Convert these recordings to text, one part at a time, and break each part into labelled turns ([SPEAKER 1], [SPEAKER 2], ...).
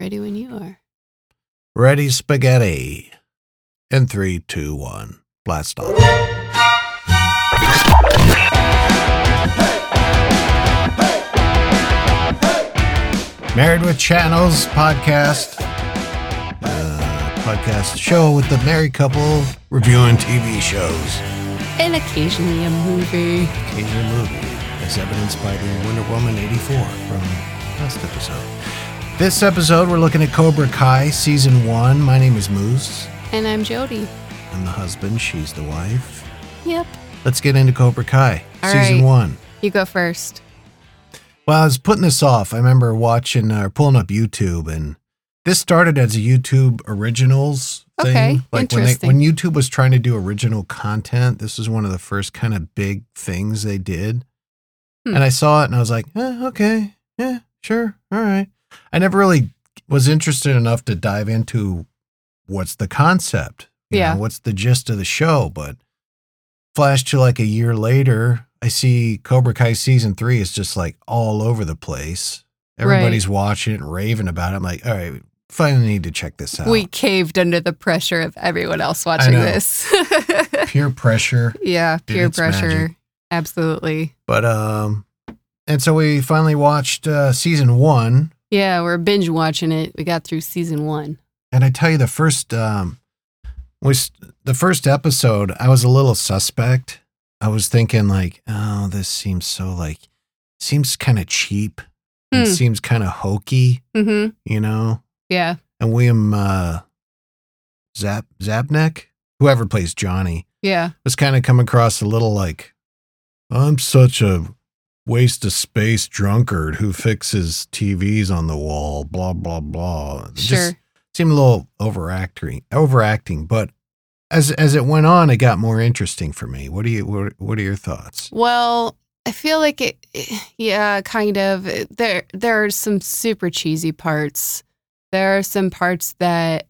[SPEAKER 1] Ready when you are.
[SPEAKER 2] Ready spaghetti. In three, two, one. Blast off. Married with Channels podcast. Uh, podcast show with the married couple reviewing TV shows.
[SPEAKER 1] And occasionally a movie.
[SPEAKER 2] Occasional movie, as evidenced by the Wonder Woman 84 from last episode. This episode, we're looking at Cobra Kai season one. My name is Moose.
[SPEAKER 1] And I'm Jody.
[SPEAKER 2] I'm the husband. She's the wife.
[SPEAKER 1] Yep.
[SPEAKER 2] Let's get into Cobra Kai
[SPEAKER 1] All
[SPEAKER 2] season
[SPEAKER 1] right.
[SPEAKER 2] one.
[SPEAKER 1] You go first.
[SPEAKER 2] Well, I was putting this off. I remember watching or pulling up YouTube, and this started as a YouTube originals thing.
[SPEAKER 1] Okay,
[SPEAKER 2] like when, they,
[SPEAKER 1] interesting.
[SPEAKER 2] when YouTube was trying to do original content, this was one of the first kind of big things they did.
[SPEAKER 1] Hmm.
[SPEAKER 2] And I saw it and I was like, eh, okay, yeah, sure, all right. I never really was interested enough to dive into what's the concept, you
[SPEAKER 1] Yeah.
[SPEAKER 2] know, what's the gist of the show, but flash to like a year later, I see Cobra Kai season three is just like all over the place.
[SPEAKER 1] Right.
[SPEAKER 2] Everybody's watching it and raving about it. I'm like, all right, finally need to check this out.
[SPEAKER 1] We caved under the pressure of everyone else watching
[SPEAKER 2] know.
[SPEAKER 1] this.
[SPEAKER 2] Peer pressure.
[SPEAKER 1] yeah,
[SPEAKER 2] Dude,
[SPEAKER 1] peer
[SPEAKER 2] it's
[SPEAKER 1] pressure.
[SPEAKER 2] magic.
[SPEAKER 1] Absolutely.
[SPEAKER 2] But, um, and so we finally watched uh, season one.
[SPEAKER 1] Yeah, we're binge watching it. We got through season one.
[SPEAKER 2] And I tell you, the first, um, was the first episode, I was a little suspect. I was thinking, like, oh, this seems so, like, seems kind of cheap. It
[SPEAKER 1] Hmm.
[SPEAKER 2] seems kind of hokey,
[SPEAKER 1] Mm-hmm.
[SPEAKER 2] you know?
[SPEAKER 1] Yeah.
[SPEAKER 2] and William uh, Zap Zapnek, whoever plays Johnny,
[SPEAKER 1] Yeah.
[SPEAKER 2] was kind of come across a little like, I'm such a waste of space drunkard who fixes TVs on the wall, blah blah blah. It
[SPEAKER 1] Sure.
[SPEAKER 2] Just seemed a little overacting, overacting. But as as it went on, it got more interesting for me. What do you what, what are your thoughts?
[SPEAKER 1] Well, I feel like it, yeah, kind of. There, there are some super cheesy parts. There are some parts that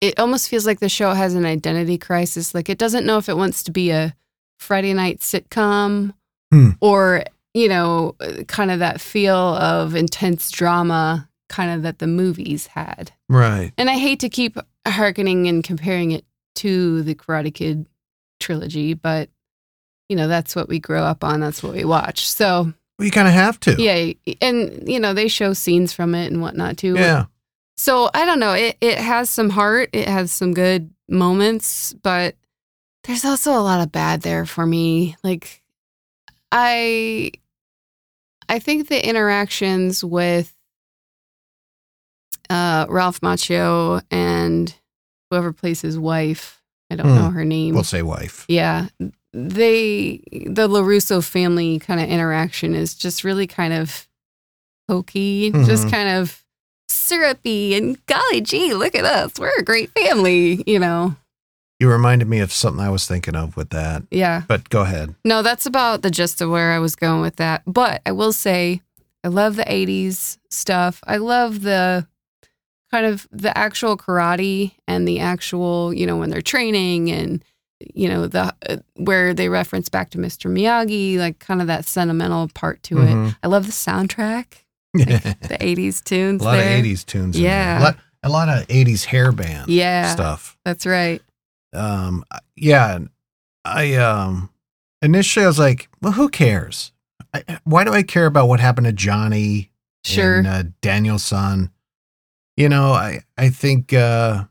[SPEAKER 1] it almost feels like the show has an identity crisis. Like it doesn't know if it wants to be a Friday night sitcom
[SPEAKER 2] Hmm.
[SPEAKER 1] or, you know, kind of that feel of intense drama kind of that the movies had.
[SPEAKER 2] Right.
[SPEAKER 1] And I hate to keep hearkening and comparing it to the Karate Kid trilogy, but you know, that's what we grow up on, that's what we watch. So,
[SPEAKER 2] Well, you kind of have to.
[SPEAKER 1] yeah, and you know, they show scenes from it and whatnot too.
[SPEAKER 2] Yeah.
[SPEAKER 1] So, I don't know, it it has some heart, it has some good moments, but there's also a lot of bad there for me. Like I I think the interactions with uh, Ralph Macchio and whoever plays his wife. I don't
[SPEAKER 2] Hmm.
[SPEAKER 1] know her name.
[SPEAKER 2] We'll say wife.
[SPEAKER 1] yeah. They, the LaRusso family kind of interaction is just really kind of hokey, just
[SPEAKER 2] Mhm.
[SPEAKER 1] kind of syrupy. And golly gee, look at us. We're a great family, you know?
[SPEAKER 2] You reminded me of something I was thinking of with that.
[SPEAKER 1] Yeah.
[SPEAKER 2] But go ahead.
[SPEAKER 1] No, that's about the gist of where I was going with that. But I will say, I love the 80s stuff. I love the kind of the actual karate and the actual, you know, when they're training and, you know, the uh, where they reference back to Mr. Miyagi, like kind of that sentimental part to it.
[SPEAKER 2] Mhm.
[SPEAKER 1] I love the soundtrack, the 80s tunes.
[SPEAKER 2] a lot
[SPEAKER 1] there.
[SPEAKER 2] of 80s tunes in there.
[SPEAKER 1] Yeah.
[SPEAKER 2] a, lot, a lot of 80s hair band
[SPEAKER 1] Yeah,
[SPEAKER 2] stuff
[SPEAKER 1] that's right.
[SPEAKER 2] um yeah and i um initially i was like well who cares I, why do i care about what happened to johnny
[SPEAKER 1] Sure.
[SPEAKER 2] and uh, daniel's son you know i i think uh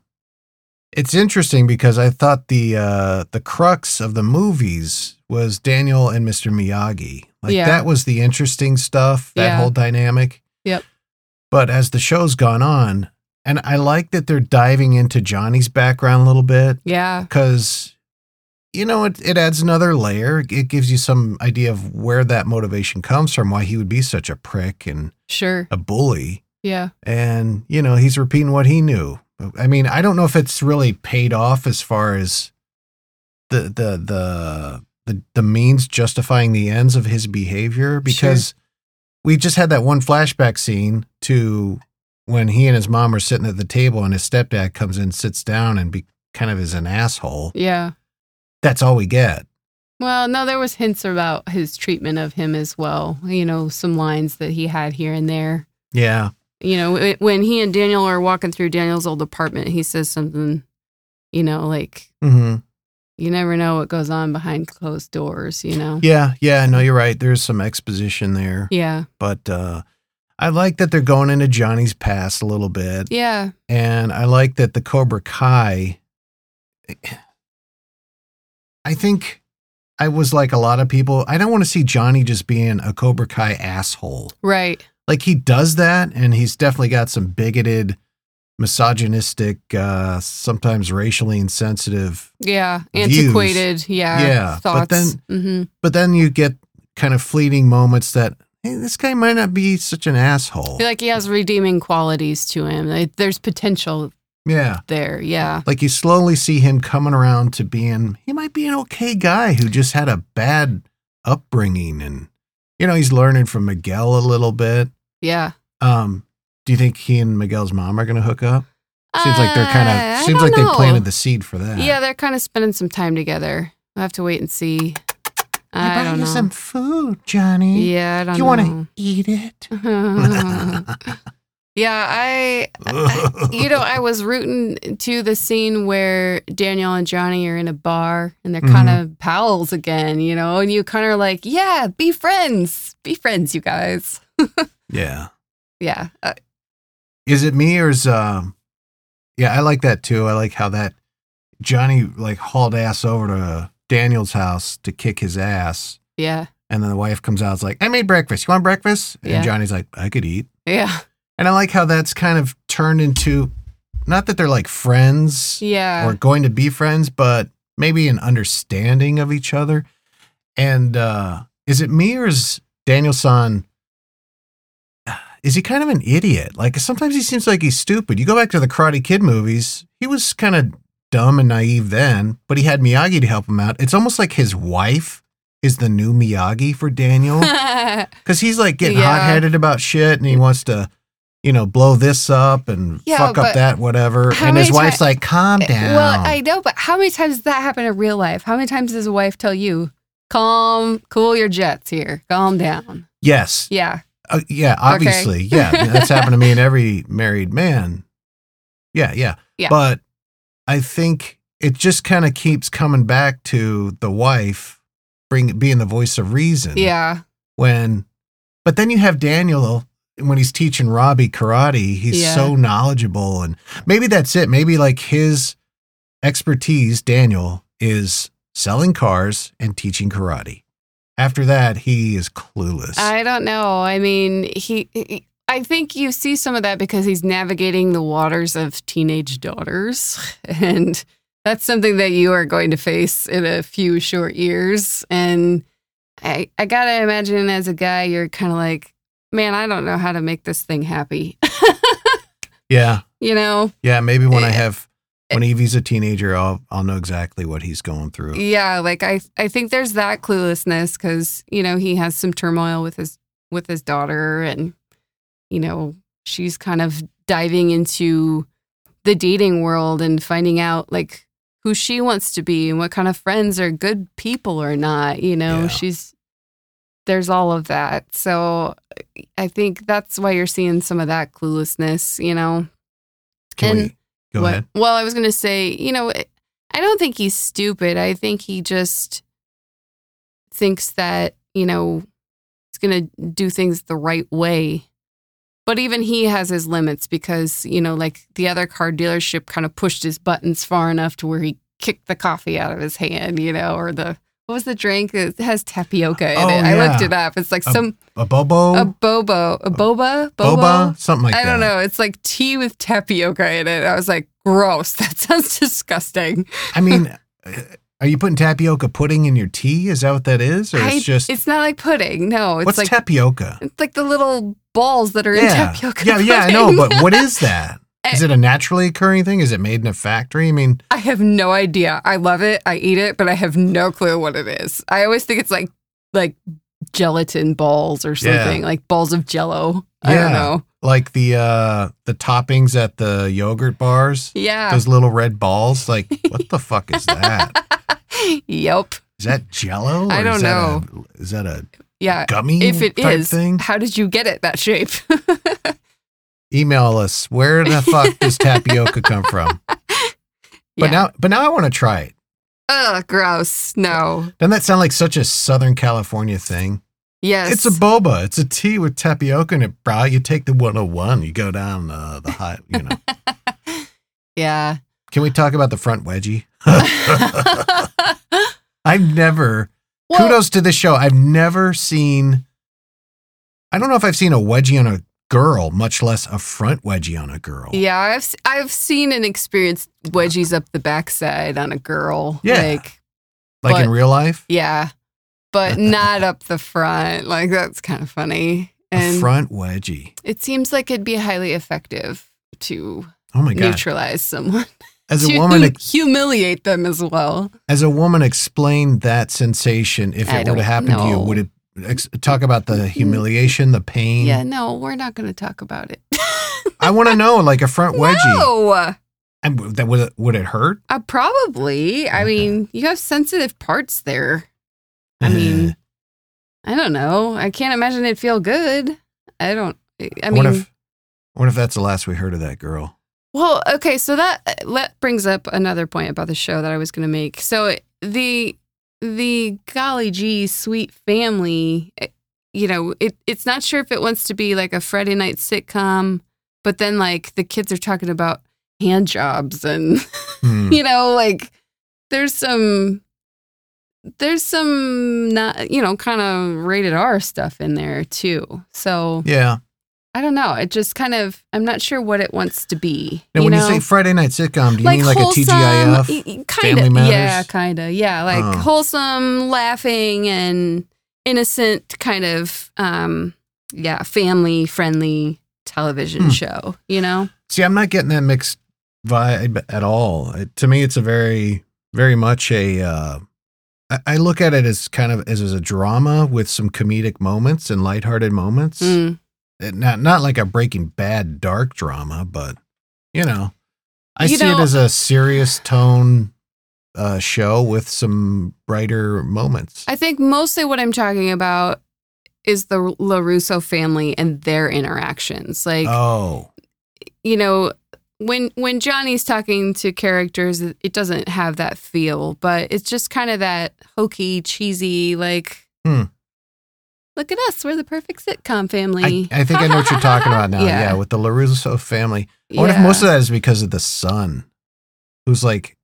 [SPEAKER 2] it's interesting because i thought the uh the crux of the movies was daniel and mr miyagi like
[SPEAKER 1] Yeah.
[SPEAKER 2] that was the interesting stuff that
[SPEAKER 1] Yeah.
[SPEAKER 2] whole dynamic
[SPEAKER 1] Yep.
[SPEAKER 2] but as the show's gone on and i like that they're diving into johnny's background a little bit
[SPEAKER 1] yeah.
[SPEAKER 2] because you know it, it adds another layer it gives you some idea of where that motivation comes from why he would be such a prick and
[SPEAKER 1] Sure.
[SPEAKER 2] a bully
[SPEAKER 1] Yeah.
[SPEAKER 2] and you know he's repeating what he knew i mean i don't know if it's really paid off as far as the the the the, the means justifying the ends of his behavior because we just had that one flashback scene to when he and his mom are sitting at the table and his stepdad comes in sits down and be kind of is an asshole
[SPEAKER 1] Yeah.
[SPEAKER 2] that's all we get
[SPEAKER 1] Well, no, there was hints about his treatment of him as well. You know, some lines that he had here and there.
[SPEAKER 2] yeah
[SPEAKER 1] you know, it- when he and Daniel are walking through Daniel's old apartment, he says something, you know, like
[SPEAKER 2] Mm-hmm.
[SPEAKER 1] you never know what goes on behind closed doors, you know.
[SPEAKER 2] Yeah, yeah, no, you're right. There's some exposition there,
[SPEAKER 1] Yeah.
[SPEAKER 2] but uh, I like that they're going into Johnny's past a little bit,
[SPEAKER 1] Yeah.
[SPEAKER 2] and I like that the Cobra Kai. I think I was like a lot of people. I don't want to see Johnny just being a Cobra Kai asshole.
[SPEAKER 1] Right.
[SPEAKER 2] Like he does that, and he's definitely got some bigoted, misogynistic, uh, sometimes racially insensitive
[SPEAKER 1] Yeah.
[SPEAKER 2] Views.
[SPEAKER 1] Antiquated. Yeah.
[SPEAKER 2] Yeah,
[SPEAKER 1] Thoughts.
[SPEAKER 2] but then-
[SPEAKER 1] mm-hmm.
[SPEAKER 2] but then you get kind of fleeting moments that hey, this guy might not be such an asshole.
[SPEAKER 1] feel like he has redeeming qualities to him. Like, There's potential
[SPEAKER 2] yeah.
[SPEAKER 1] there. Yeah.
[SPEAKER 2] Like you slowly see him coming around to being he might be an okay guy who just had a bad upbringing and you know he's learning from Miguel a little bit.
[SPEAKER 1] Yeah.
[SPEAKER 2] Um do you think he and Miguel's mom are going to hook up? Seems like they're kind
[SPEAKER 1] Uh, I
[SPEAKER 2] of seems like
[SPEAKER 1] don't
[SPEAKER 2] they
[SPEAKER 1] know.
[SPEAKER 2] planted the seed for that.
[SPEAKER 1] Yeah, they're kind of spending some time together. I'll have to wait and see.
[SPEAKER 2] I,
[SPEAKER 1] I,
[SPEAKER 2] brought
[SPEAKER 1] don't
[SPEAKER 2] you
[SPEAKER 1] know.
[SPEAKER 2] some food, Johnny.
[SPEAKER 1] yeah, I don't
[SPEAKER 2] do you want
[SPEAKER 1] know.
[SPEAKER 2] to eat it?
[SPEAKER 1] yeah, I you know, I was rooting to the scene where Daniel and Johnny are in a bar and they're kind
[SPEAKER 2] Mm-hmm.
[SPEAKER 1] of pals again, you know, and you kind of like, yeah, be friends, be friends, you guys.
[SPEAKER 2] yeah.
[SPEAKER 1] Yeah, uh,
[SPEAKER 2] Is it me or is um yeah, I like that too. I like how that Johnny like hauled ass over to Daniel's house to kick his ass.
[SPEAKER 1] yeah,
[SPEAKER 2] And then the wife comes out, it's like, I made breakfast. You want breakfast? And
[SPEAKER 1] Yeah.
[SPEAKER 2] Johnny's like, I could eat.
[SPEAKER 1] yeah,
[SPEAKER 2] And I like how that's kind of turned into not that they're like friends
[SPEAKER 1] yeah.
[SPEAKER 2] or going to be friends, but maybe an understanding of each other. And uh is it me or is Daniel San is he kind of an idiot? Like sometimes he seems like he's stupid. You go back to the Karate Kid movies, he was kind of dumb and naive then, but he had Miyagi to help him out. It's almost like his wife is the new Miyagi for Daniel because he's like getting
[SPEAKER 1] Yeah.
[SPEAKER 2] hot-headed about shit and he wants to you know blow this up and
[SPEAKER 1] Yeah,
[SPEAKER 2] fuck up
[SPEAKER 1] but
[SPEAKER 2] that whatever
[SPEAKER 1] how
[SPEAKER 2] and his
[SPEAKER 1] many
[SPEAKER 2] wife's
[SPEAKER 1] ti-
[SPEAKER 2] like calm down
[SPEAKER 1] Eh, Well, I know, but how many times does that happen in real life? How many times does a wife tell you, calm, cool your jets here, calm down?
[SPEAKER 2] yes
[SPEAKER 1] Yeah,
[SPEAKER 2] Uh, yeah obviously yeah that's happened to me and every married man yeah yeah
[SPEAKER 1] Yeah.
[SPEAKER 2] but i think it just kind of keeps coming back to the wife bring being the voice of reason
[SPEAKER 1] yeah,
[SPEAKER 2] when but then you have daniel when he's teaching robbie karate he's
[SPEAKER 1] Yeah.
[SPEAKER 2] so knowledgeable and maybe that's it maybe like his expertise daniel is selling cars and teaching karate after that he is clueless
[SPEAKER 1] I don't know. I mean, he, he- I think you see some of that because he's navigating the waters of teenage daughters. And that's something that you are going to face in a few short years. And I, I got to imagine as a guy, you're kind of like, man, I don't know how to make this thing happy.
[SPEAKER 2] yeah
[SPEAKER 1] you know?
[SPEAKER 2] yeah maybe when i
[SPEAKER 1] Eh,
[SPEAKER 2] have when evie's a teenager i'll i'll know exactly what he's going through
[SPEAKER 1] Yeah. Like I, I think there's that cluelessness because, you know, he has some turmoil with his, with his daughter and, you know, she's kind of diving into the dating world and finding out like who she wants to be and what kind of friends are good people or not. You know,
[SPEAKER 2] Yeah.
[SPEAKER 1] she's there's all of that. So I think that's why you're seeing some of that cluelessness, you know.
[SPEAKER 2] can
[SPEAKER 1] And
[SPEAKER 2] we go
[SPEAKER 1] What-
[SPEAKER 2] ahead
[SPEAKER 1] Well, I was going to say, you know, it- I don't think he's stupid. I think he just thinks that, you know, he's going to do things the right way. But even he has his limits because, you know, like the other car dealership kind of pushed his buttons far enough to where he kicked the coffee out of his hand, you know, or the. What was the drink? It has tapioca in
[SPEAKER 2] Oh,
[SPEAKER 1] it. I looked
[SPEAKER 2] yeah.
[SPEAKER 1] it up. It's like
[SPEAKER 2] A-
[SPEAKER 1] some
[SPEAKER 2] a bobo
[SPEAKER 1] a bobo, a boba, bobo,
[SPEAKER 2] boba something like
[SPEAKER 1] I
[SPEAKER 2] that
[SPEAKER 1] don't know. It's like tea with tapioca in it. I was like, gross. That sounds disgusting.
[SPEAKER 2] i mean eh, are you putting tapioca pudding in your tea is that what that is or
[SPEAKER 1] I-
[SPEAKER 2] it's just
[SPEAKER 1] It's not like pudding. No, it's
[SPEAKER 2] What's
[SPEAKER 1] like
[SPEAKER 2] tapioca?
[SPEAKER 1] it's like the little balls that are in
[SPEAKER 2] yeah.
[SPEAKER 1] tapioca.
[SPEAKER 2] yeah, yeah, I know,
[SPEAKER 1] pudding. Eh.
[SPEAKER 2] but what is that? Is it a naturally occurring thing? Is it made in a factory? I mean,
[SPEAKER 1] I have no idea. I love it. I eat it, but I have no clue what it is. I always think it's like like gelatin balls or
[SPEAKER 2] Yeah.
[SPEAKER 1] something, like balls of jello. I don't
[SPEAKER 2] Yeah.
[SPEAKER 1] know.
[SPEAKER 2] like the uh the toppings at the yogurt bars,
[SPEAKER 1] Yeah.
[SPEAKER 2] those little red balls. Like, what the fuck is that?
[SPEAKER 1] yep.
[SPEAKER 2] Is that Jello? or
[SPEAKER 1] I don't
[SPEAKER 2] is that a- is that a
[SPEAKER 1] Yeah.
[SPEAKER 2] gummy?
[SPEAKER 1] Uh, If it
[SPEAKER 2] type
[SPEAKER 1] is,
[SPEAKER 2] thing,
[SPEAKER 1] how did you get it that shape?
[SPEAKER 2] Email us. Where the fuck does tapioca come from? But
[SPEAKER 1] yeah.
[SPEAKER 2] now, but now I want to try it.
[SPEAKER 1] Ugh, gross. No.
[SPEAKER 2] Doesn't that sound like such a Southern California thing?
[SPEAKER 1] Yes.
[SPEAKER 2] It's a boba. It's a tea with tapioca in it, bro. You take the 101. You go down uh, the high. You know.
[SPEAKER 1] yeah.
[SPEAKER 2] Can we talk about the front wedgie? I've never.
[SPEAKER 1] Well,
[SPEAKER 2] kudos to this show. I've never seen. I don't know if I've seen a wedgie on a girl, much less a front wedgie on a girl.
[SPEAKER 1] Yeah, I've s- I've seen and experienced wedgies up the backside on a girl.
[SPEAKER 2] Yeah.
[SPEAKER 1] Like,
[SPEAKER 2] like in
[SPEAKER 1] but-
[SPEAKER 2] real life,
[SPEAKER 1] yeah, but not up the front. Like that's kind of funny.
[SPEAKER 2] a
[SPEAKER 1] And
[SPEAKER 2] front wedgie.
[SPEAKER 1] it seems like it'd be highly effective to
[SPEAKER 2] Oh my god!
[SPEAKER 1] neutralize someone,
[SPEAKER 2] As a
[SPEAKER 1] to
[SPEAKER 2] woman,
[SPEAKER 1] humiliate them as well.
[SPEAKER 2] As a woman, explain that sensation if
[SPEAKER 1] I
[SPEAKER 2] it were to
[SPEAKER 1] don't
[SPEAKER 2] happen to you.
[SPEAKER 1] know. Mm-hmm.
[SPEAKER 2] Would it ex- talk about the humiliation, the pain?
[SPEAKER 1] Yeah, no, we're not going to talk about it.
[SPEAKER 2] I want to know, like a front wedgie.
[SPEAKER 1] no,
[SPEAKER 2] And w- that would it, would it hurt?
[SPEAKER 1] uh, probably. I
[SPEAKER 2] Okay.
[SPEAKER 1] mean, you have sensitive parts there.
[SPEAKER 2] Eh,
[SPEAKER 1] I mean, I don't know. I can't imagine it feel good. I don't. I mean,
[SPEAKER 2] what if what if that's the last we heard of that girl?
[SPEAKER 1] well, okay. So that uh, that brings up another point about the show that I was going to make. So uh, the the golly gee sweet family, eh, you know, it it's not sure if it wants to be like a Friday night sitcom, but then like the kids are talking about hand jobs and
[SPEAKER 2] Hmm.
[SPEAKER 1] you know like there's some there's some not you know kind of rated r stuff in there too so
[SPEAKER 2] Yeah.
[SPEAKER 1] i don't know it just kind of i'm not sure what it wants to be
[SPEAKER 2] Now,
[SPEAKER 1] you
[SPEAKER 2] when
[SPEAKER 1] know e
[SPEAKER 2] you say Friday night sitcom, do you mean like a TGIF?
[SPEAKER 1] kind
[SPEAKER 2] Family
[SPEAKER 1] of
[SPEAKER 2] Matters?
[SPEAKER 1] yeah kind of yeah like
[SPEAKER 2] Oh.
[SPEAKER 1] wholesome laughing and innocent kind of um yeah family friendly television
[SPEAKER 2] Hmm.
[SPEAKER 1] show you know
[SPEAKER 2] See, I'm not getting that mixed vibe at all. It, to me, it's a very, very much a. Uh, I, I look at it as kind of as, as a drama with some comedic moments and lighthearted moments.
[SPEAKER 1] Mm.
[SPEAKER 2] It- not not like a Breaking Bad dark drama, but you know, I
[SPEAKER 1] You
[SPEAKER 2] see
[SPEAKER 1] know- uh,
[SPEAKER 2] it as a serious tone uh, show with some brighter moments.
[SPEAKER 1] I think mostly what I'm talking about is the LaRusso family and their interactions. Like,
[SPEAKER 2] oh,
[SPEAKER 1] you know, when when Johnny's talking to characters, it it doesn't have that feel, but it's just kind of that hokey, cheesy, like
[SPEAKER 2] Hmm.
[SPEAKER 1] look at us, we're the perfect sitcom
[SPEAKER 2] I,
[SPEAKER 1] family.
[SPEAKER 2] I think I know what you're talking about now.
[SPEAKER 1] Yeah.
[SPEAKER 2] yeah with the Larusso family. I wonder if most of that is because of the son, who's like,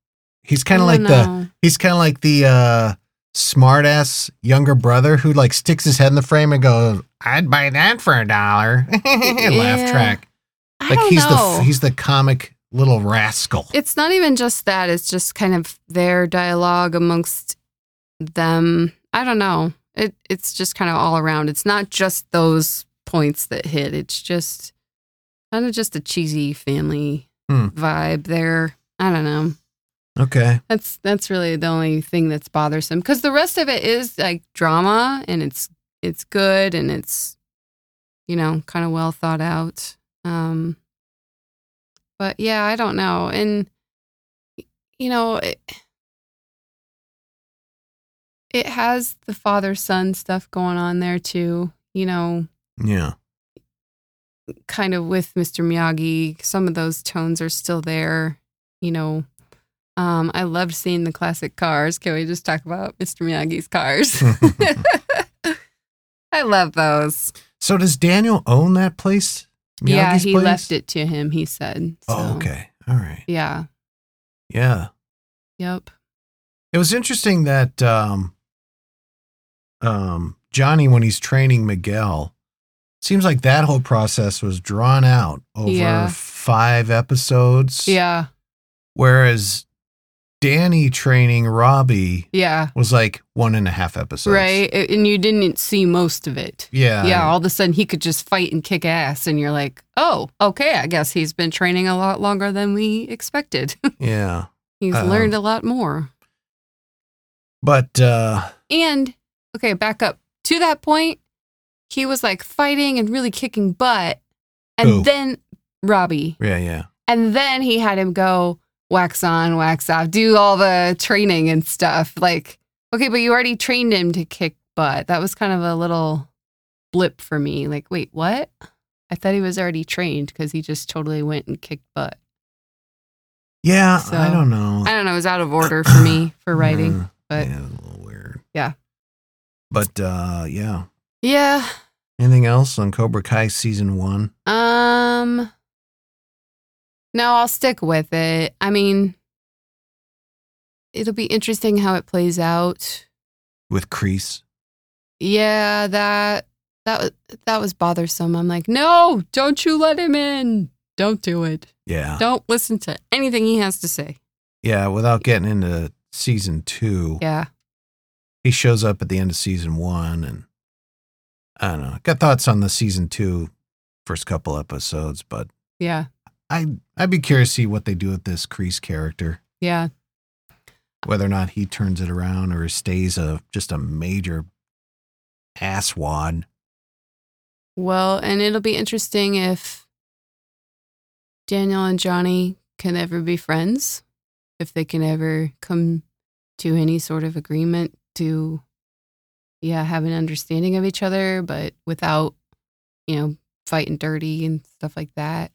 [SPEAKER 2] he's kind of like the he's kind of like the uh, smart ass younger brother who like sticks his head in the frame and goes, "I'd buy that for a dollar." Laugh
[SPEAKER 1] Yeah.
[SPEAKER 2] track.
[SPEAKER 1] I
[SPEAKER 2] Like
[SPEAKER 1] don't
[SPEAKER 2] he's
[SPEAKER 1] know.
[SPEAKER 2] the he's the comic little rascal.
[SPEAKER 1] it's not even just that it's just kind of their dialogue amongst them i don't know it it's just kind of all around it's not just those points that hit it's just kind of just a cheesy family
[SPEAKER 2] Hmm.
[SPEAKER 1] vibe there i don't know
[SPEAKER 2] okay,
[SPEAKER 1] that's that's really the only thing that's bothersome because the rest of it is like drama and it's it's good and it's you know kind of well thought out. Um, but yeah, I don't know, and you know it, it has the father son stuff going on there too. You know,
[SPEAKER 2] yeah,
[SPEAKER 1] kind of with Mr. Miyagi, some of those tones are still there, you know. Um, I loved seeing the classic cars. Can we just talk about Mr. Miyagi's cars? I love those.
[SPEAKER 2] so does Daniel own that place?
[SPEAKER 1] yeah,
[SPEAKER 2] Miyagi's
[SPEAKER 1] he
[SPEAKER 2] place?
[SPEAKER 1] left it to him, he said. So,
[SPEAKER 2] Oh, okay, all right,
[SPEAKER 1] Yeah.
[SPEAKER 2] yeah.
[SPEAKER 1] Yep.
[SPEAKER 2] It was interesting that um, um, Johnny, when he's training Miguel, seems like that whole process was drawn out over
[SPEAKER 1] Yeah.
[SPEAKER 2] five episodes.
[SPEAKER 1] Yeah.
[SPEAKER 2] Whereas Danny training Robbie
[SPEAKER 1] Yeah.
[SPEAKER 2] was like one and a half episodes.
[SPEAKER 1] right. A- And you didn't see most of it.
[SPEAKER 2] Yeah.
[SPEAKER 1] yeah. All of a sudden he could just fight and kick ass. And you're like, oh, okay. I guess he's been training a lot longer than we expected.
[SPEAKER 2] Yeah.
[SPEAKER 1] he's
[SPEAKER 2] Um,
[SPEAKER 1] learned a lot more.
[SPEAKER 2] But uh,
[SPEAKER 1] And okay, back up to that point. He was like fighting and really kicking butt, and
[SPEAKER 2] Who?
[SPEAKER 1] then Robbie,
[SPEAKER 2] yeah, yeah.
[SPEAKER 1] and then he had him go wax on, wax off, do all the training and stuff. Like, okay, but you already trained him to kick butt. That was kind of a little blip for me. Like, wait, what? I I thought he was already trained because he just totally went and kicked butt.
[SPEAKER 2] Yeah,
[SPEAKER 1] So-
[SPEAKER 2] I don't know.
[SPEAKER 1] I don't know. It was out of order for me for writing.
[SPEAKER 2] Yeah,
[SPEAKER 1] but-
[SPEAKER 2] yeah, it was a little weird.
[SPEAKER 1] Yeah.
[SPEAKER 2] But uh, yeah.
[SPEAKER 1] Yeah.
[SPEAKER 2] Anything else on Cobra Kai season one?
[SPEAKER 1] Um. No, I'll stick with it. I mean, it'll be interesting how it plays out.
[SPEAKER 2] with Crease.
[SPEAKER 1] Yeah, that that wa- that was bothersome. I'm like, no, don't you let him in. Don't do it.
[SPEAKER 2] Yeah.
[SPEAKER 1] Don't listen to anything he has to say.
[SPEAKER 2] Yeah. Without getting into season two,
[SPEAKER 1] Yeah.
[SPEAKER 2] he shows up at the end of season one. And I don't know. Got thoughts on the season two first couple episodes, but
[SPEAKER 1] Yeah.
[SPEAKER 2] I, I'd be curious to see what they do with this Crease character,
[SPEAKER 1] Yeah.
[SPEAKER 2] whether or not he turns it around or stays a just a major asswad.
[SPEAKER 1] Well, and it'll be interesting if Daniel and Johnny can ever be friends, if they can ever come to any sort of agreement to, yeah, have an understanding of each other, but without, you know, fighting dirty and stuff like that.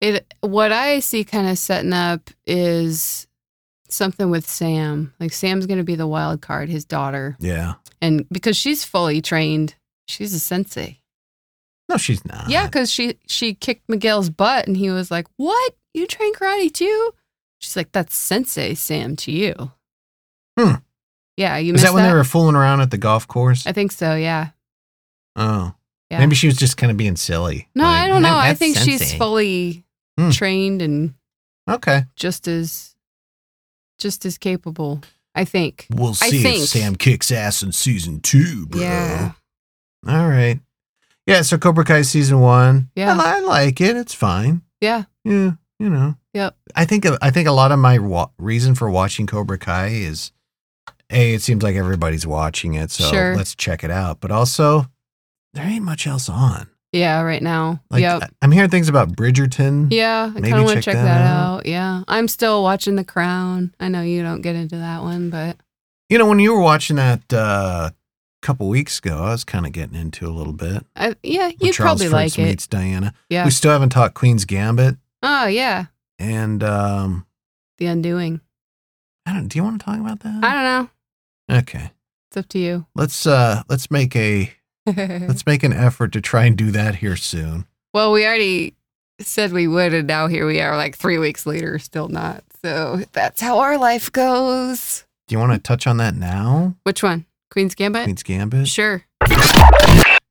[SPEAKER 1] It what I see kind of setting up is something with Sam. Like Sam's going to be the wild card, his daughter,
[SPEAKER 2] Yeah.
[SPEAKER 1] and because she's fully trained, she's a sensei.
[SPEAKER 2] No, she's not.
[SPEAKER 1] Yeah, because she she kicked Miguel's butt, and he was like, "What? You train karate too?" She's like, "That's sensei Sam to you."
[SPEAKER 2] Hmm.
[SPEAKER 1] Yeah, you
[SPEAKER 2] Is
[SPEAKER 1] missed
[SPEAKER 2] that
[SPEAKER 1] that.
[SPEAKER 2] when they were fooling around at the golf course?
[SPEAKER 1] I think so. Yeah.
[SPEAKER 2] oh.
[SPEAKER 1] Yeah.
[SPEAKER 2] Maybe she was just kind of being silly.
[SPEAKER 1] No,
[SPEAKER 2] Like,
[SPEAKER 1] I don't
[SPEAKER 2] "Man,
[SPEAKER 1] know. I
[SPEAKER 2] that's
[SPEAKER 1] think she's
[SPEAKER 2] sensei."
[SPEAKER 1] fully
[SPEAKER 2] Hmm.
[SPEAKER 1] trained and
[SPEAKER 2] Okay.
[SPEAKER 1] just as just as capable. I think.
[SPEAKER 2] We'll
[SPEAKER 1] I
[SPEAKER 2] see if
[SPEAKER 1] think.
[SPEAKER 2] Sam kicks ass in season two, bro.
[SPEAKER 1] Yeah.
[SPEAKER 2] All right. Yeah, so Cobra Kai season one.
[SPEAKER 1] Yeah.
[SPEAKER 2] I, li- I like it. It's fine.
[SPEAKER 1] Yeah.
[SPEAKER 2] Yeah, you know.
[SPEAKER 1] Yep.
[SPEAKER 2] I think I think a lot of my wa- reason for watching Cobra Kai is a it seems like everybody's watching it, so
[SPEAKER 1] Sure.
[SPEAKER 2] let's check it out. But also, there ain't much else on.
[SPEAKER 1] Yeah. Right now.
[SPEAKER 2] Like
[SPEAKER 1] yep.
[SPEAKER 2] I- I'm hearing things about Bridgerton.
[SPEAKER 1] yeah, I
[SPEAKER 2] maybe
[SPEAKER 1] kind of want to check
[SPEAKER 2] check that
[SPEAKER 1] that,
[SPEAKER 2] out.
[SPEAKER 1] out. Yeah, I'm still watching The Crown. I know you don't get into that one, but
[SPEAKER 2] You know, when you were watching that a uh, couple weeks ago, I was kind of getting into a little bit.
[SPEAKER 1] I, uh, yeah,
[SPEAKER 2] When
[SPEAKER 1] you'd
[SPEAKER 2] Charles
[SPEAKER 1] probably
[SPEAKER 2] Fritz
[SPEAKER 1] like it.
[SPEAKER 2] meets Diana.
[SPEAKER 1] Yeah.
[SPEAKER 2] We still haven't talked Queen's Gambit.
[SPEAKER 1] Oh yeah,
[SPEAKER 2] And um,
[SPEAKER 1] The Undoing.
[SPEAKER 2] I don't. Do you want to talk about
[SPEAKER 1] I
[SPEAKER 2] that?
[SPEAKER 1] don't know.
[SPEAKER 2] Okay.
[SPEAKER 1] It's up to you.
[SPEAKER 2] Let's uh let's make a let's make an effort to try and do that here soon.
[SPEAKER 1] well, we already said we would, and now here we are, like three weeks later, still not. So that's how our life goes.
[SPEAKER 2] Do you want to touch on that now?
[SPEAKER 1] Which one? Queen's Gambit.
[SPEAKER 2] Queen's Gambit.
[SPEAKER 1] Sure,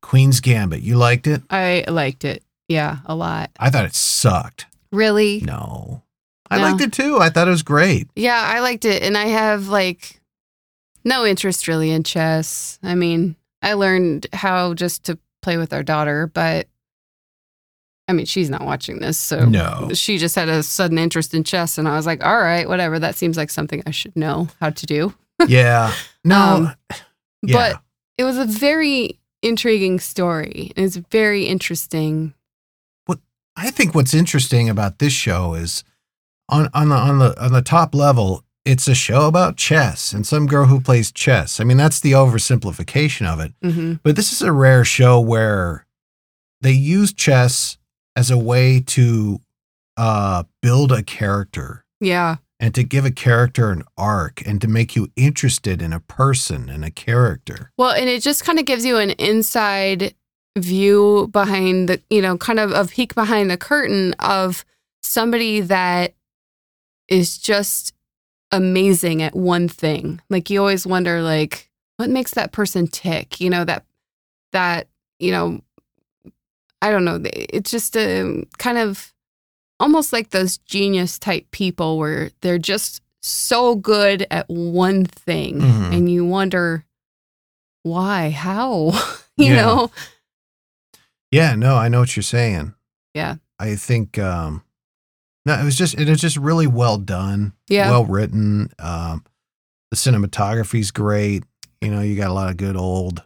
[SPEAKER 2] Queen's Gambit. You liked it?
[SPEAKER 1] I liked it. Yeah, a lot.
[SPEAKER 2] I thought it sucked.
[SPEAKER 1] Really?
[SPEAKER 2] No. I
[SPEAKER 1] No.
[SPEAKER 2] liked it too. I thought it was great.
[SPEAKER 1] Yeah, I liked it, and I have like no interest really in chess. I mean, I learned how just to play with our daughter, but I mean, she's not watching this, so
[SPEAKER 2] No.
[SPEAKER 1] she just had a sudden interest in chess and i was like all right whatever that seems like something i should know how to do
[SPEAKER 2] Yeah.
[SPEAKER 1] Um,
[SPEAKER 2] No. yeah.
[SPEAKER 1] but it was a very intriguing story and it's very interesting
[SPEAKER 2] I think what's interesting about this show is on on the on the on the top level, it's a show about chess and some girl who plays chess. I mean, that's the oversimplification of it.
[SPEAKER 1] hmm
[SPEAKER 2] But this is a rare show where they use chess as a way to uh, build a character
[SPEAKER 1] yeah
[SPEAKER 2] and to give a character an arc and to make you interested in a person and a character.
[SPEAKER 1] well and it just kind of gives you an inside view behind the you know kind of a peek behind the curtain of somebody that is just amazing at one thing like you always wonder like what makes that person tick you know that that you know i don't know it's just a kind of almost like those genius type people where they're just so good at one thing
[SPEAKER 2] Mhm.
[SPEAKER 1] and you wonder why how you
[SPEAKER 2] Yeah.
[SPEAKER 1] know
[SPEAKER 2] Yeah, no, I know what you're saying.
[SPEAKER 1] Yeah.
[SPEAKER 2] I think um no, it was just it was just really well done.
[SPEAKER 1] yeah
[SPEAKER 2] well written. Um, the cinematography's great. You know, you got a lot of good old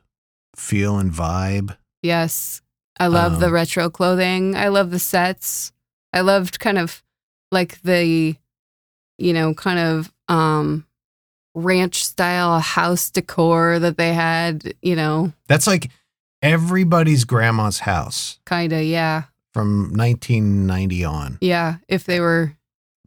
[SPEAKER 2] feel and vibe.
[SPEAKER 1] Yes. I love the
[SPEAKER 2] Um,
[SPEAKER 1] retro clothing. I love the sets. I loved kind of like the, you know, kind of um ranch style house decor that they had, you know.
[SPEAKER 2] That's like everybody's grandma's house
[SPEAKER 1] Kinda, yeah.
[SPEAKER 2] from 1990 on.
[SPEAKER 1] Yeah. If they were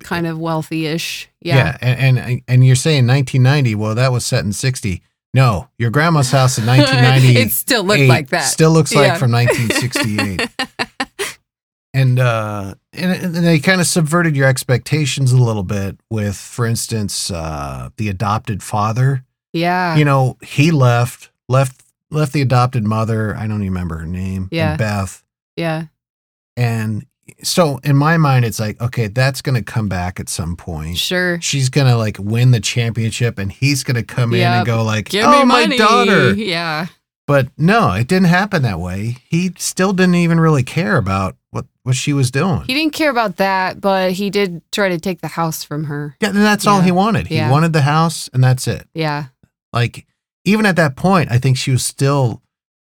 [SPEAKER 1] kind of wealthy ish. Yeah.
[SPEAKER 2] and, and and you're saying 1990. Well, that was set in 60. No, your grandma's house in 1990
[SPEAKER 1] it still looked
[SPEAKER 2] eight
[SPEAKER 1] like that.
[SPEAKER 2] Still looks like
[SPEAKER 1] Yeah.
[SPEAKER 2] from 1968. and uh, and, and they kind of subverted your expectations a little bit with, for instance, uh, the adopted father.
[SPEAKER 1] yeah.
[SPEAKER 2] You know, he left, left, left the adopted mother. I don't even remember her name. and
[SPEAKER 1] Yeah.
[SPEAKER 2] Beth.
[SPEAKER 1] yeah.
[SPEAKER 2] And so in my mind, it's like, okay, that's going to come back at some point
[SPEAKER 1] Sure.
[SPEAKER 2] she's gonna like win the championship and he's gonna come in and
[SPEAKER 1] Yep.
[SPEAKER 2] go like
[SPEAKER 1] Give
[SPEAKER 2] oh
[SPEAKER 1] me
[SPEAKER 2] my
[SPEAKER 1] money.
[SPEAKER 2] daughter
[SPEAKER 1] Yeah.
[SPEAKER 2] but no it didn't happen that way he still didn't even really care about what what she was doing
[SPEAKER 1] He didn't care about that, but he did try to take the house from her.
[SPEAKER 2] yeah, and that's all
[SPEAKER 1] Yeah.
[SPEAKER 2] he wanted he
[SPEAKER 1] Yeah.
[SPEAKER 2] wanted the house and that's it
[SPEAKER 1] Yeah.
[SPEAKER 2] like even at that point i think she was still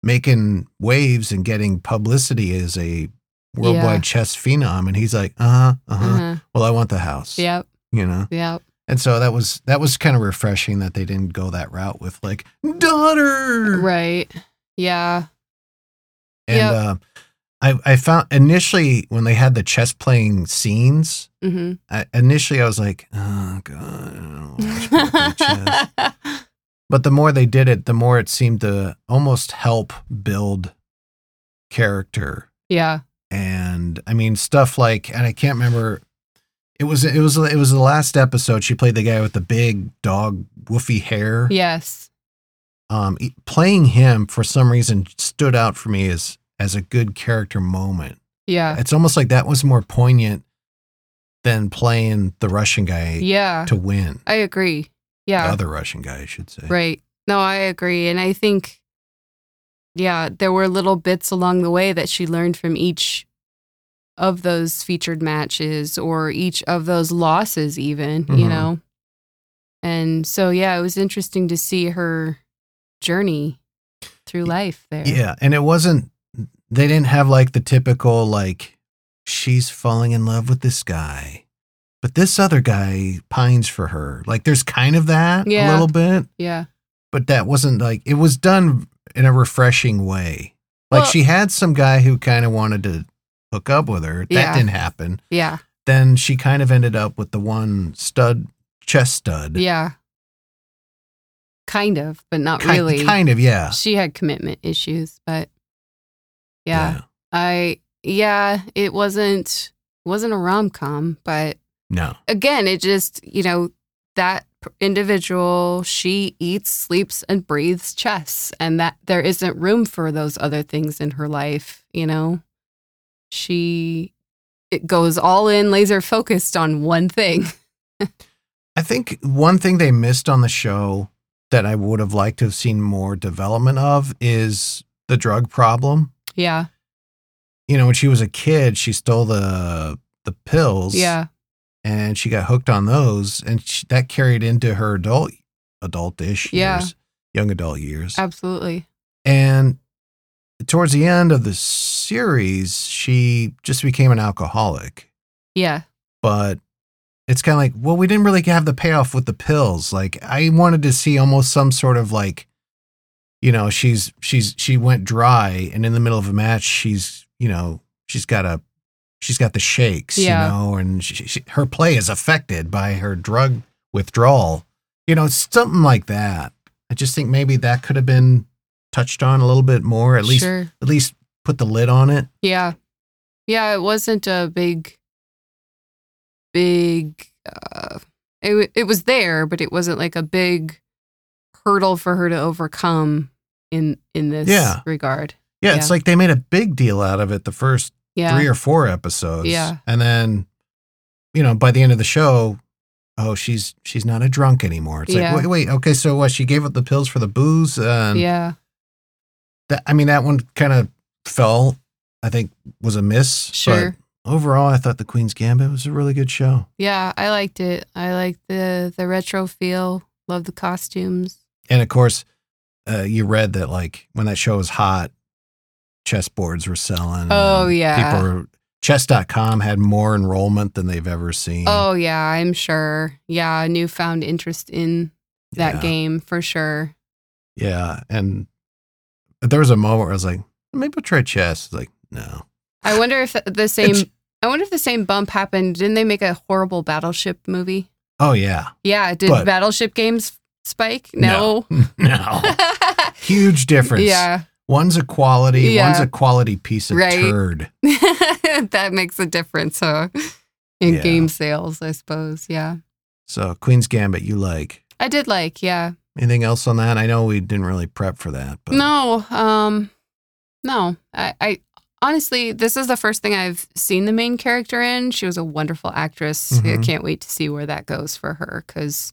[SPEAKER 2] making waves and getting publicity as a worldwide
[SPEAKER 1] Yeah.
[SPEAKER 2] chess phenom and he's like uh-huh uh-huh
[SPEAKER 1] Uh-huh.
[SPEAKER 2] well i want the house
[SPEAKER 1] Yep.
[SPEAKER 2] you know
[SPEAKER 1] Yep.
[SPEAKER 2] and so that was that was kind of refreshing that they didn't go that route with like daughter
[SPEAKER 1] Right. Yeah.
[SPEAKER 2] And
[SPEAKER 1] Yep.
[SPEAKER 2] uh, I, I found initially when they had the chess playing scenes,
[SPEAKER 1] Mm-hmm.
[SPEAKER 2] I, initially I was like, oh, God, I don't wanna watch people play chess." But the more they did it, the more it seemed to almost help build character.
[SPEAKER 1] yeah.
[SPEAKER 2] And I mean, stuff like, and I can't remember. It was it was it was the last episode. She played the guy with the big dog woofy hair.
[SPEAKER 1] Yes.
[SPEAKER 2] Um, e- playing him for some reason stood out for me as as a good character moment.
[SPEAKER 1] Yeah.
[SPEAKER 2] It's almost like that was more poignant than playing the Russian guy
[SPEAKER 1] Yeah.
[SPEAKER 2] to win.
[SPEAKER 1] I agree.
[SPEAKER 2] The
[SPEAKER 1] Yeah.
[SPEAKER 2] other Russian guy, I should say.
[SPEAKER 1] Right. No, I agree. And I think, yeah, there were little bits along the way that she learned from each of those featured matches or each of those losses, even, you
[SPEAKER 2] Mhm.
[SPEAKER 1] know? And so, yeah, it was interesting to see her journey through life there.
[SPEAKER 2] Yeah, and it wasn't. They didn't have like the typical like she's falling in love with this guy, but this other guy pines for her. Like there's kind of that a
[SPEAKER 1] Yeah.
[SPEAKER 2] little bit,
[SPEAKER 1] Yeah.
[SPEAKER 2] but that wasn't like it was done in a refreshing way. Like
[SPEAKER 1] Well-
[SPEAKER 2] she had some guy who kind of wanted to hook up with her. That
[SPEAKER 1] Yeah.
[SPEAKER 2] didn't happen.
[SPEAKER 1] Yeah.
[SPEAKER 2] then she kind of ended up with the one stud chess stud.
[SPEAKER 1] Yeah. Kind of, but not
[SPEAKER 2] Ki-
[SPEAKER 1] really.
[SPEAKER 2] Kind of, yeah.
[SPEAKER 1] She had commitment issues, but yeah. I yeah, it wasn't wasn't a rom com, but
[SPEAKER 2] No.
[SPEAKER 1] again, it just you know that p- individual she eats, sleeps, and breathes chess, and that there isn't room for those other things in her life. You know, she it goes all in, laser focused on one thing.
[SPEAKER 2] I think one thing they missed on the show that I would have liked to have seen more development of is the drug problem.
[SPEAKER 1] Yeah,
[SPEAKER 2] You know, when she was a kid, she stole the the pills.
[SPEAKER 1] yeah,
[SPEAKER 2] And she got hooked on those and she, that carried into her adult adultish
[SPEAKER 1] Yeah.
[SPEAKER 2] years, young adult years.
[SPEAKER 1] absolutely.
[SPEAKER 2] And towards the end of the series, she just became an alcoholic.
[SPEAKER 1] Yeah,
[SPEAKER 2] But it's kind of like, well, we didn't really have the payoff with the pills. Like I wanted to see almost some sort of like, you know, she's she's she went dry, and in the middle of a match, she's you know she's got a she's got the shakes,
[SPEAKER 1] Yeah.
[SPEAKER 2] you know, and she, she, her play is affected by her drug withdrawal. You know, something like that. I just think maybe that could have been touched on a little bit more, at least
[SPEAKER 1] sure.
[SPEAKER 2] at least put the lid on it.
[SPEAKER 1] Yeah. Yeah, it wasn't a big, big, uh, it, w- it was there, but it wasn't like a big hurdle for her to overcome in, in this
[SPEAKER 2] Yeah.
[SPEAKER 1] regard.
[SPEAKER 2] Yeah, it's like they made a big deal out of it the first
[SPEAKER 1] Yeah.
[SPEAKER 2] three or four episodes.
[SPEAKER 1] Yeah.
[SPEAKER 2] And then, you know, by the end of the show, oh, she's she's not a drunk anymore. It's
[SPEAKER 1] Yeah.
[SPEAKER 2] like, wait, wait, okay, so what? She gave up the pills for the booze. And
[SPEAKER 1] yeah.
[SPEAKER 2] that, I mean, that one kind of fell. I think was a miss. but
[SPEAKER 1] Sure.
[SPEAKER 2] overall, I thought the Queen's Gambit was a really good show,
[SPEAKER 1] Yeah. I liked it. I liked the, the retro feel. Love the costumes.
[SPEAKER 2] and of course, uh, you read that like when that show was hot, chessboards were selling.
[SPEAKER 1] Oh,
[SPEAKER 2] and
[SPEAKER 1] yeah.
[SPEAKER 2] people were. Chess.com had more enrollment than they've ever seen.
[SPEAKER 1] Oh, yeah. I'm sure. Yeah. Newfound interest in that
[SPEAKER 2] Yeah.
[SPEAKER 1] game for sure.
[SPEAKER 2] Yeah, and there was a moment where I was like, maybe I'll try chess. It's like, no.
[SPEAKER 1] I wonder if the
[SPEAKER 2] It's-
[SPEAKER 1] same. I wonder if the same bump happened. Didn't they make a horrible Battleship movie?
[SPEAKER 2] Oh yeah.
[SPEAKER 1] Yeah. Did
[SPEAKER 2] But-
[SPEAKER 1] Battleship games spike? No.
[SPEAKER 2] No. Huge difference.
[SPEAKER 1] yeah.
[SPEAKER 2] One's a quality,
[SPEAKER 1] Yeah.
[SPEAKER 2] one's a quality piece of
[SPEAKER 1] Right.
[SPEAKER 2] turd.
[SPEAKER 1] that makes a difference, huh? In
[SPEAKER 2] Yeah.
[SPEAKER 1] game sales, I suppose. Yeah.
[SPEAKER 2] So Queen's Gambit you like.
[SPEAKER 1] I did like, yeah.
[SPEAKER 2] Anything else on that? I know we didn't really prep for that, but
[SPEAKER 1] No, um no. I, I honestly this is the first thing I've seen the main character in. She was a wonderful actress. I
[SPEAKER 2] Mhm.
[SPEAKER 1] can't wait to see where that goes for her cuz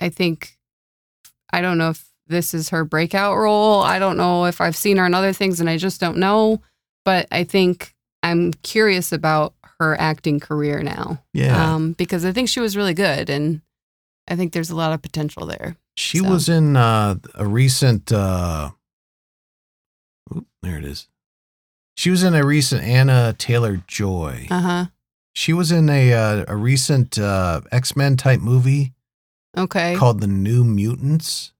[SPEAKER 1] I think I don't know if this is her breakout role. I don't know if I've seen her in other things and I just don't know, but I think I'm curious about her acting career now.
[SPEAKER 2] yeah.
[SPEAKER 1] Um because I think she was really good and I think there's a lot of potential there.
[SPEAKER 2] She
[SPEAKER 1] So.
[SPEAKER 2] was in uh, a recent. Uh, oop, there it is. She was in a recent Anna Taylor Joy.
[SPEAKER 1] Uh-huh.
[SPEAKER 2] she was in a uh, a recent uh, X Men type movie
[SPEAKER 1] Okay.
[SPEAKER 2] called The New Mutants,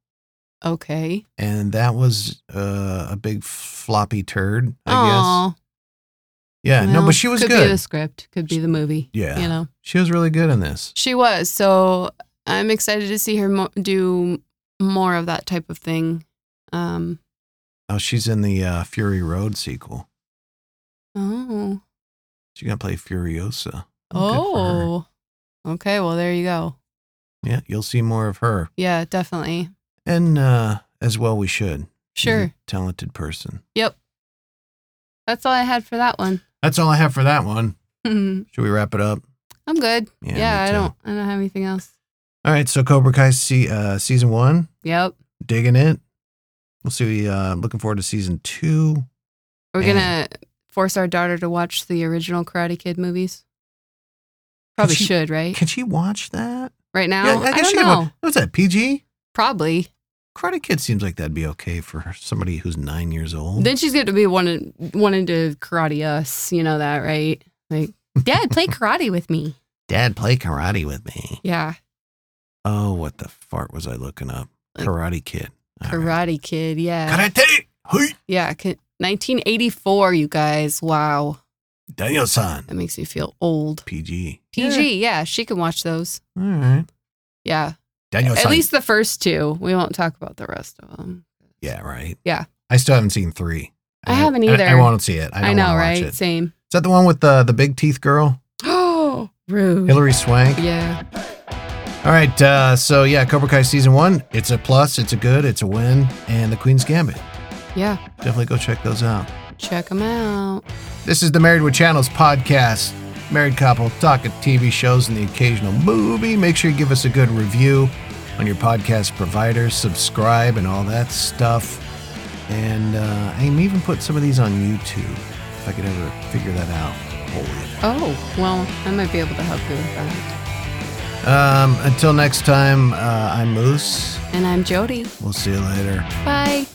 [SPEAKER 1] Okay.
[SPEAKER 2] and that was uh, a big floppy turd, I guess.
[SPEAKER 1] Aw.
[SPEAKER 2] Yeah, no,
[SPEAKER 1] Well,
[SPEAKER 2] but she was
[SPEAKER 1] could Be the
[SPEAKER 2] good.
[SPEAKER 1] script could be the movie.
[SPEAKER 2] Yeah.
[SPEAKER 1] you know
[SPEAKER 2] She was really good in this.
[SPEAKER 1] she was. So I'm excited to see her mo- do more of that type of thing. Um,
[SPEAKER 2] Oh, she's in the uh, Fury Road sequel.
[SPEAKER 1] oh,
[SPEAKER 2] She's gonna play Furiosa. Good for her.
[SPEAKER 1] oh, okay. Well, there you go.
[SPEAKER 2] yeah, you'll see more of her,
[SPEAKER 1] Yeah, definitely.
[SPEAKER 2] and uh, as well we should. She's a
[SPEAKER 1] Sure.
[SPEAKER 2] talented person.
[SPEAKER 1] That's all I had for that one.
[SPEAKER 2] That's all I have for that one.
[SPEAKER 1] I'm
[SPEAKER 2] Should we wrap it up?
[SPEAKER 1] good.
[SPEAKER 2] Yeah,
[SPEAKER 1] Yeah,
[SPEAKER 2] me
[SPEAKER 1] I
[SPEAKER 2] too.
[SPEAKER 1] don't. I don't have anything else.
[SPEAKER 2] All right. So Cobra Kai see, uh, season one,
[SPEAKER 1] Yep.
[SPEAKER 2] digging it. We'll see. Uh, looking forward to season two.
[SPEAKER 1] We're
[SPEAKER 2] Man.
[SPEAKER 1] gonna force our daughter to watch the original Karate Kid movies. Probably
[SPEAKER 2] she-
[SPEAKER 1] should, right?
[SPEAKER 2] Can she watch that?
[SPEAKER 1] right now,
[SPEAKER 2] Yeah,
[SPEAKER 1] I,
[SPEAKER 2] she
[SPEAKER 1] don't
[SPEAKER 2] can
[SPEAKER 1] know.
[SPEAKER 2] watch- What's that? PG?
[SPEAKER 1] Probably.
[SPEAKER 2] Karate Kid seems like that'd be okay for somebody who's nine years old.
[SPEAKER 1] Then she's going to be wanting wanting to karate us. You know that, right? Like, Dad, play karate with me.
[SPEAKER 2] Dad, play karate with me.
[SPEAKER 1] Yeah,
[SPEAKER 2] Oh, what the fart was I looking up?
[SPEAKER 1] Like-
[SPEAKER 2] Karate Kid. All
[SPEAKER 1] Karate
[SPEAKER 2] right.
[SPEAKER 1] Kid. Yeah,
[SPEAKER 2] Karate. Hui.
[SPEAKER 1] yeah. ca- 1984, you guys. Wow,
[SPEAKER 2] Daniel-san.
[SPEAKER 1] that makes me feel old.
[SPEAKER 2] PG.
[SPEAKER 1] PG. Yeah, she can watch those.
[SPEAKER 2] Yeah. All right.
[SPEAKER 1] Yeah,
[SPEAKER 2] Daniel-san.
[SPEAKER 1] at least the first two. We won't talk about the rest of them.
[SPEAKER 2] Yeah, right.
[SPEAKER 1] Yeah.
[SPEAKER 2] I still haven't seen three.
[SPEAKER 1] I haven't
[SPEAKER 2] I- I,
[SPEAKER 1] either.
[SPEAKER 2] want to see it. I, don't
[SPEAKER 1] I, know,
[SPEAKER 2] wanna watch
[SPEAKER 1] right?
[SPEAKER 2] It. Is
[SPEAKER 1] Same.
[SPEAKER 2] that the one with the the big teeth girl,
[SPEAKER 1] Oh, rude.
[SPEAKER 2] Hillary Swank?
[SPEAKER 1] Yeah.
[SPEAKER 2] All right. Uh, so yeah, Cobra Kai season one. It's a plus. It's a good. It's a win. And the Queen's Gambit.
[SPEAKER 1] Yeah.
[SPEAKER 2] Definitely go check those out.
[SPEAKER 1] Check them out.
[SPEAKER 2] This is the Married with Channels podcast. Married couple talking TV shows and the occasional movie. Make sure you give us a good review on your podcast provider. Subscribe and all that stuff. And uh, I'm even putting some of these on YouTube. If I could ever figure that out. Holy.
[SPEAKER 1] Oh, well, I might be able to help you with that.
[SPEAKER 2] Um, until next time, uh, I'm Moose.
[SPEAKER 1] And I'm Jody.
[SPEAKER 2] We'll see you later.
[SPEAKER 1] Bye.